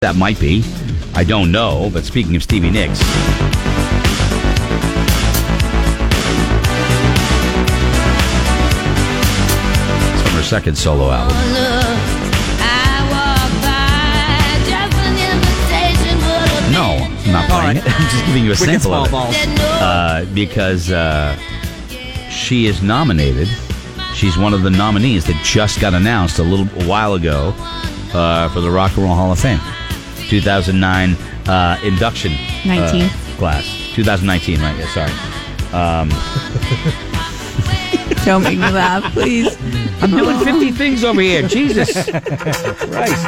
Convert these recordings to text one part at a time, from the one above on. That might be. I don't know, but speaking of Stevie Nicks. It's from her second solo album. No, I'm not All playing right. it. I'm just giving you a Wicked sample small of it. balls. Uh, because uh, she is nominated. She's one of the nominees that just got announced a little while ago uh, for the Rock and Roll Hall of Fame, 2009 uh, induction uh, 19. class, 2019. Right? Yeah, sorry. Don't make me laugh, please. I'm doing 50 things over here. Jesus Christ.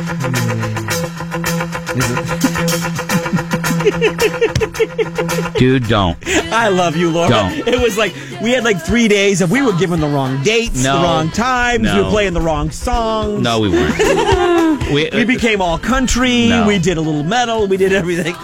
Dude, don't. I love you, Laura. Don't. It was like we had like three days of we were given the wrong dates, No. the wrong times, we No. were playing the wrong songs. No, we weren't. We, uh, we became all country. No. Um, We did a little metal. We did everything.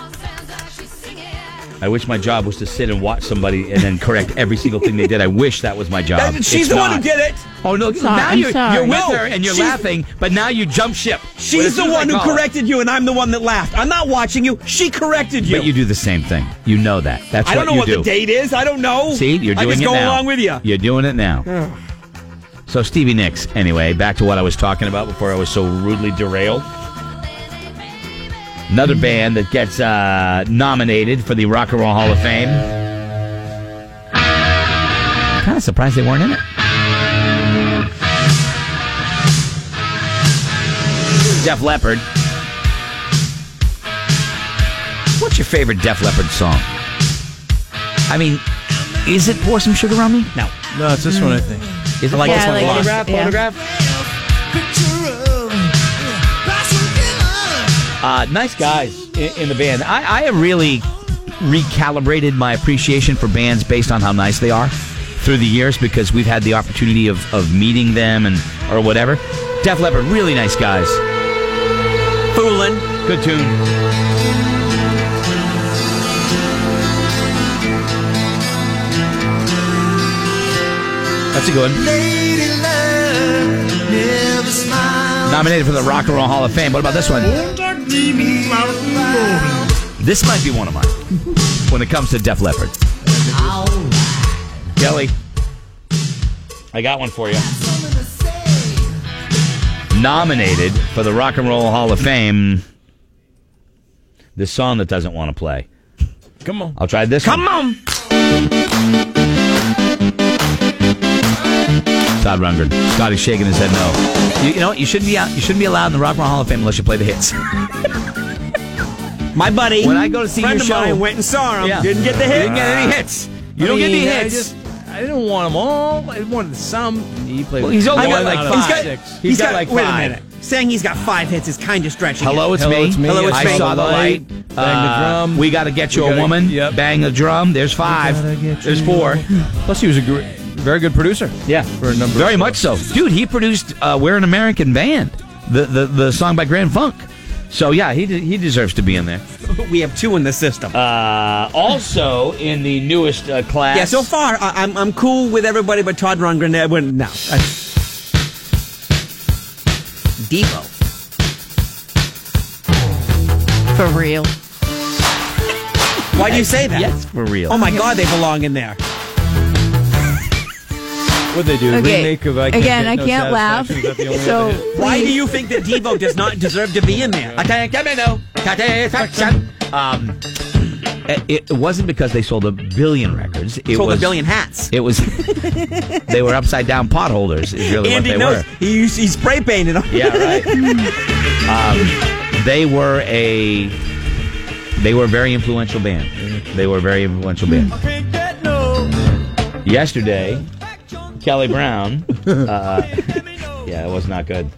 I wish my job was to sit and watch somebody and then correct every single thing they did. I wish that was my job. That- she's It's the one who not. did it. Oh no! Sorry, now I'm you're, sorry. you're with No, her and you're she's- laughing, but now you jump ship. But as She's the soon as I one who call her- corrected you, and I'm the one that laughed. I'm not watching you. She corrected you. But you do the same thing. You know that. That's I don't know you what do. the date is. I don't know. See, you're doing I just it go now. along with you. You're doing it now. so Stevie Nicks. Anyway, back to what I was talking about before I was so rudely derailed. Another band that gets uh, nominated for the Rock and Roll Hall of Fame. Kind of surprised they weren't in it. Def Leppard. What's your favorite Def Leppard song? I mean, is it Pour Some Sugar on Me? No. No, it's this one, I think. Is it like Yeah, this one like a lot. this- yeah. Uh, nice guys in, in the band. I, I have really recalibrated my appreciation for bands based on how nice they are through the years because we've had the opportunity of, of meeting them and or whatever. Def Leppard, really nice guys. Fooling. Good tune. That's a good one. Nominated for the Rock and Roll Hall of Fame. What about this one? This might be one of mine when it comes to Def Leppard. Kelly, I got one for you. Nominated for the Rock and Roll Hall of Fame. This song that doesn't want to play. Come on. I'll try this. Come one. on. Todd Rundgren. Scotty's shaking his head no. You, you know what? You shouldn't be out, you shouldn't be allowed in the Rock and Roll Hall of Fame unless you play the hits. My buddy. When I go to see friend your of show- mine went and saw him. Yeah. Didn't get the hit. Didn't get any hits. You don't get any I hits. just, I didn't want them all. I wanted some. He played. Well, he's only one got like out of five. got- six. He's got like wait five. a minute. Saying he's got five hits is kind of stretching. Hello, it. it's Hello, me. it's me. Hello, it's I me. saw the light. Bang the drum. Uh, We gotta get you We a gotta- woman. yep. Bang the drum. There's five. gotta get There's you four. Plus, he was a gr- very good producer. Yeah, For a number. Very of much shows. so, dude. He produced uh, "We're an American Band," the, the the song by Grand Funk. So yeah, he de- he deserves to be in there. We have two in the system. Uh, also in the newest uh, class. yeah, so far I, I'm I'm cool with everybody but Todd Rundgren. I wouldn't- No, Uh, I- Devo. For real. Why do you say that? Yes, for real. Oh my God, they belong in there. What they do? Okay. Remake of I can't Again, Get I No can't laugh. Satisfaction. Is that the only so one they did? Why do you think that Devo does not deserve to be in there? I can't get me no satisfaction. Um, it, it wasn't because they sold a billion records. It Sold was a billion hats. It was they were upside down potholders. Is really Andy what they knows. were. He, used- he spray painted them. Yeah, right. um, they were a they were a very influential band. They were a very influential band. Yesterday, Kelly Brown. Uh, yeah, it was not good.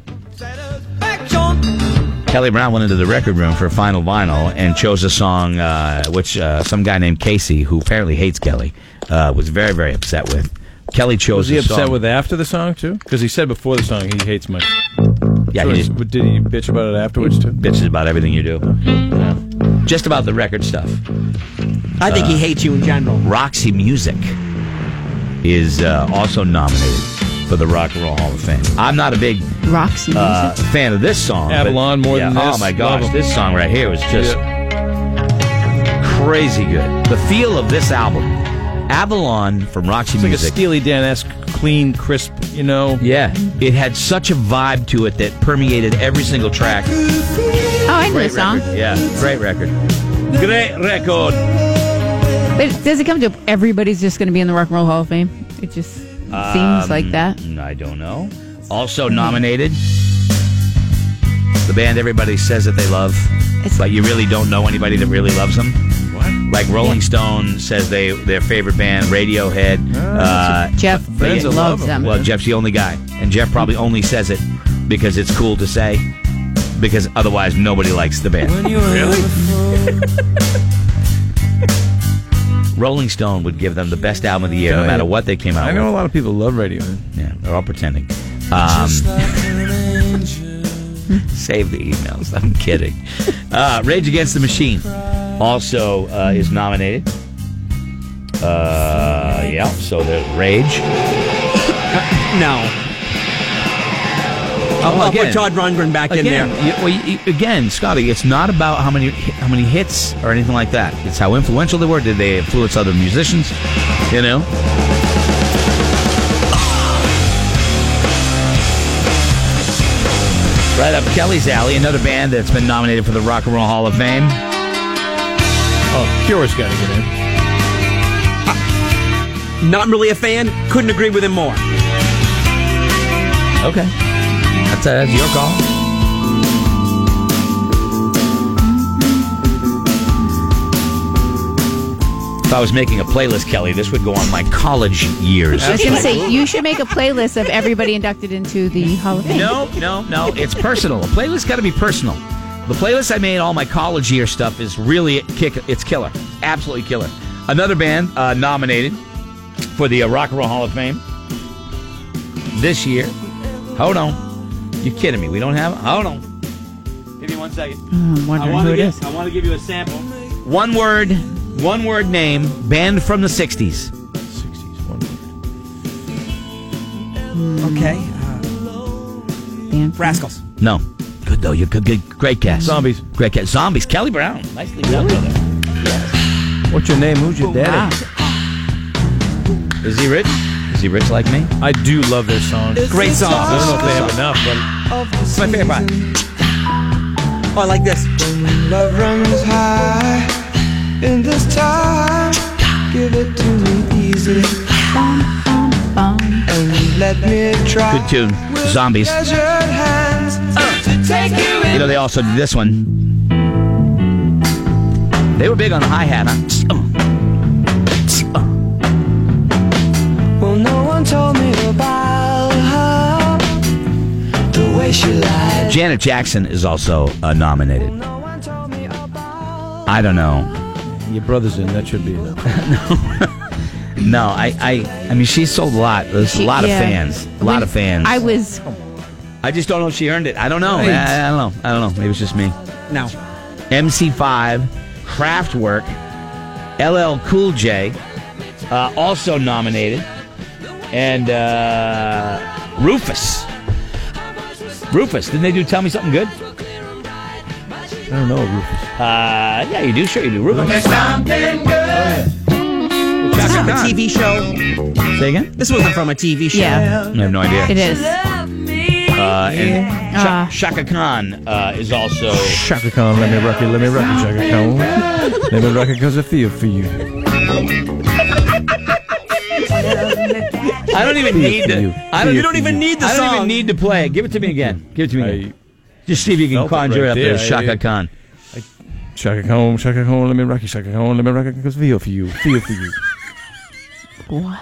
Kelly Brown went into the record room for final vinyl and chose a song uh, which uh, some guy named Casey, who apparently hates Kelly, uh, was very very upset with. Kelly chose Was he a upset song- with after the song too? Because he said before the song he hates my. Yeah, So he is- did. but did he bitch about it afterwards too? bitches about everything you do. Just about the record stuff. I think Uh, he hates you in general. Roxy Music is uh, also nominated for the Rock and Roll Hall of Fame. I'm not a big Roxy music. uh, fan of this song. but- Mm-hmm. Avalon more yeah, than this. Oh my Love gosh, 'em. this song right here was just crazy good. The feel of this album, Avalon from Roxy It's like a Music. Steely Dan-esque, clean, crisp, you know. yeah, it had such a vibe to it that permeated every single track. oh, I know the Great song. record. Yeah, great record. Great record. But does it come to everybody's just going to be in the Rock and Roll Hall of Fame? It just Um, seems like that. Mm, I don't know. Also nominated, the band everybody says that they love, It's- but you really don't know anybody that really loves them. What? Like Rolling Stone says they their favorite band, Radiohead. Oh, Uh, Jeff Friends will love loves 'em. them. well, Jeff's the only guy, and Jeff probably only says it because it's cool to say, because otherwise nobody likes the band. Rolling Stone would give them the best album of the year, no Yeah, matter yeah. what they came out I with. know a lot of people love Radiohead. Yeah, they're all pretending. Um, save the emails. I'm kidding. Uh, Rage Against the Machine also uh, is nominated. Uh, yeah, so there's Rage. No. I'll, I'll put Todd Rundgren back in again, there. you- well, you- again, Scotty, it's not about how many how many hits or anything like that. It's how influential they were. Did they influence other musicians? You know. Right up Kelly's alley, another band that's been nominated for the Rock and Roll Hall of Fame. Oh, Cure's got to get in. Not really a fan. Couldn't agree with him more. Okay, that's, uh, that's your call. If I was making a playlist, Kelly, this would go on my college years. I was going to say, you should make a playlist of everybody inducted into the Hall of Fame. No, no, no. It's personal. A playlist got to be personal. The playlist I made all my college year stuff is really kick. It's killer. Absolutely killer. Another band uh, nominated for the uh, Rock and Roll Hall of Fame this year. Hold on. You kidding me? We don't have. Hold on. Give me one second. Oh, I'm wondering who it is. I want to give you a sample. One word. One word name. Band from the '60s. 60s, one. Okay. Uh, Band. Rascals. No. Good though. You're good. good great guess. Zombies. Great guess. Zombies. Kelly Brown. Nicely done, brother. What's your name? Who's your Wow. daddy? Is he rich? Is he rich like me? I do love this song. Great song. I don't know if they have enough, but It's my favorite part. Oh, I like this. Love runs high in this time. Give it to me easy Bum. and let me try. Good tune. with Zombies. measured hands to take you You in. know, they also did this one. They were big on the hi hat, huh? Well, no one told me about her. The way she lied. Janet Jackson is also uh, nominated. No one told me about I don't know. your brother's in. That should be enough. No, I, I, I mean, she sold a lot. There's a She- lot yeah. of fans. A lot When of fans. I was I just don't know if she earned it. I don't know. I, Right. I don't know. I don't know. Maybe it's just me. No. MC5, Kraftwerk, LL Cool J, uh, also nominated, and uh, Rufus. Rufus, didn't they do Tell Me Something Good? I don't know, Rufus. Uh, yeah, you do. Sure, you do. Rufus. This is from a TV show. Say again? This wasn't from a TV show. Yeah, I have no idea. it is. Uh, and Ah. Sha- Shaka Khan uh, is also. Shaka Khan, let me rock it, let me rock it, Shaka Khan. Let me rock it cause I feel for you. I don't even need You. to. I don't. You don't even need the I don't song. even need to play it. Give it to me again. Give it to me again. Just see if you can Felt it conjure right up there. the Shaka Khan. Shaka Khan, Shaka Khan, let me rock it, Shaka Khan, let me rock it cause I feel for you, feel for you. What?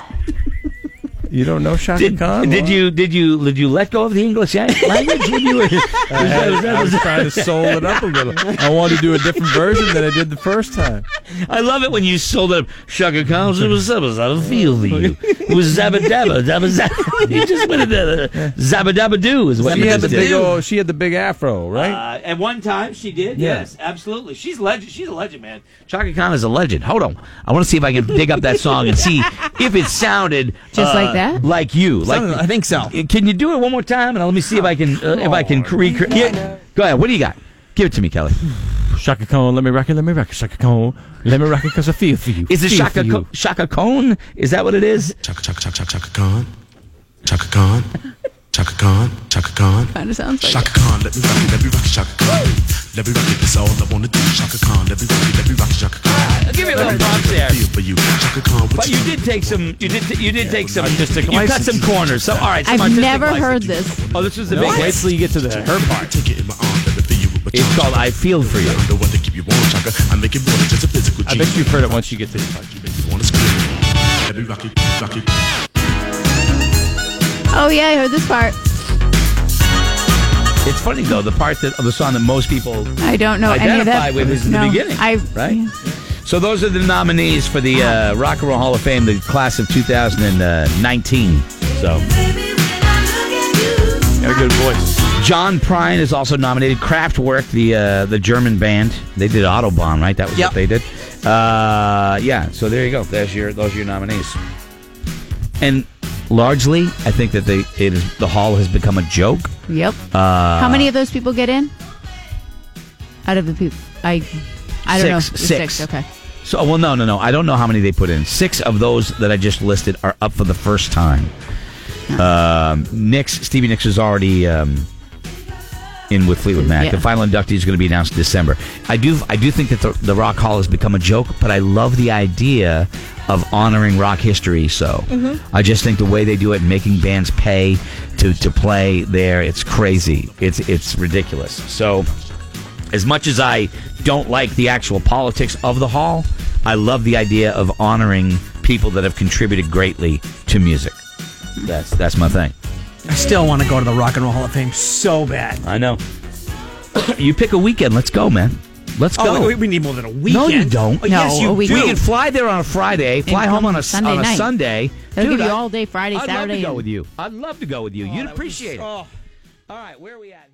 You don't know Shaka Did, Khan? did you did you did you let go of the English language when you were? I, had- I was trying to soul it up a little. I wanted to do a different version than I did the first time. I love it when you sold up Shaka Khan. It was Zabba Zabba Feel for you. It was Zabba Dabba Dabba Zabba. You just went into the Zabba Dabba Doo is what She you had just the did. big old, she had the big afro, right? Uh, at one time, she did. Yeah. Yes, absolutely. She's legend. She's a legend, man. Chaka Khan is a legend. Hold on, I want to see if I can dig up that song and see if it sounded Just uh, like that? like you. Like uh, Something- I think so. Can you do it one more time? And let me see if I can uh, if I can recreate. Go ahead. What do you got? Give it to me, Kelly. Shaka Khan, let me rock it, let me rock it. Shaka Khan, let me rock it because I feel for you. Is it Feel for Shaka you. Co- Shaka Cone? Is that what it is? Chaka Chaka Chaka Chaka Khan. Chaka Khan. Chaka Khan. Chaka Khan. Kind of sounds like. Shaka Khan, let me rock it, let me rock it, Shaka Khan. Let me rock it, that's all I wanna do. Shaka Khan, let me rock it, let me rock it, Shaka Khan. Give me a little Let me rock props it, there. feel for you. Shaka Khan, what But you did take some. You did. You did take some. Artistic you cut license. some corners. So all right. some I've artistic never license. heard this. Oh, this was the No, big. wait till you get to the her part. Take it in my arm, let me feel you with my It's charm. called "I Feel for You." I'm the one to keep you warm, Shaka. I make it more than just a physical I bet you've heard it once you get to this part. You make me wanna scream. Let me rock it, rock it. Oh yeah, I heard this part. It's funny though. The part that of the song that most people. I don't know Oh, any of Identify that. with is in the No, beginning, I, right? So those are the nominees for the uh, Rock and Roll Hall of Fame, the class of 2019. So. Got a good voice. John Prine is also nominated. Kraftwerk, the uh, the German band, they did Autobahn, right? That was Yep. what they did. Uh, yeah. So there you go. There's your those are your nominees. And largely, I think that they it is the hall has become a joke. Yep. Uh, How many of those people get in? Out of the people, I, I don't Six. know. Six. Okay. So well, no, no, no. I don't know how many they put in. Six of those that I just listed are up for the first time. Um, Nicks, Stevie Nicks is already um, in with Fleetwood Mac. Yeah. The final inductee is going to be announced in December. I do, I do think that the, the Rock Hall has become a joke, but I love the idea of honoring rock history. So I just think the way they do it, making bands pay to to play there, it's crazy. It's it's ridiculous. So as much as I don't like the actual politics of the hall, I love the idea of honoring people that have contributed greatly to music. That's that's my thing. I still want to go to the Rock and Roll Hall of Fame so bad. I know. you pick a weekend. Let's go, man. Let's go. Oh, we, we need more than a weekend. no, you don't. Oh, No, yes, a you We weekend. do. can fly there on a Friday, fly come home on a Sunday on a night. Sunday. They'll Dude, give you I- all day Friday, I'd love Saturday, to go and- with you. I'd love to go with you. You'd appreciate it. Oh. All right, where are we at?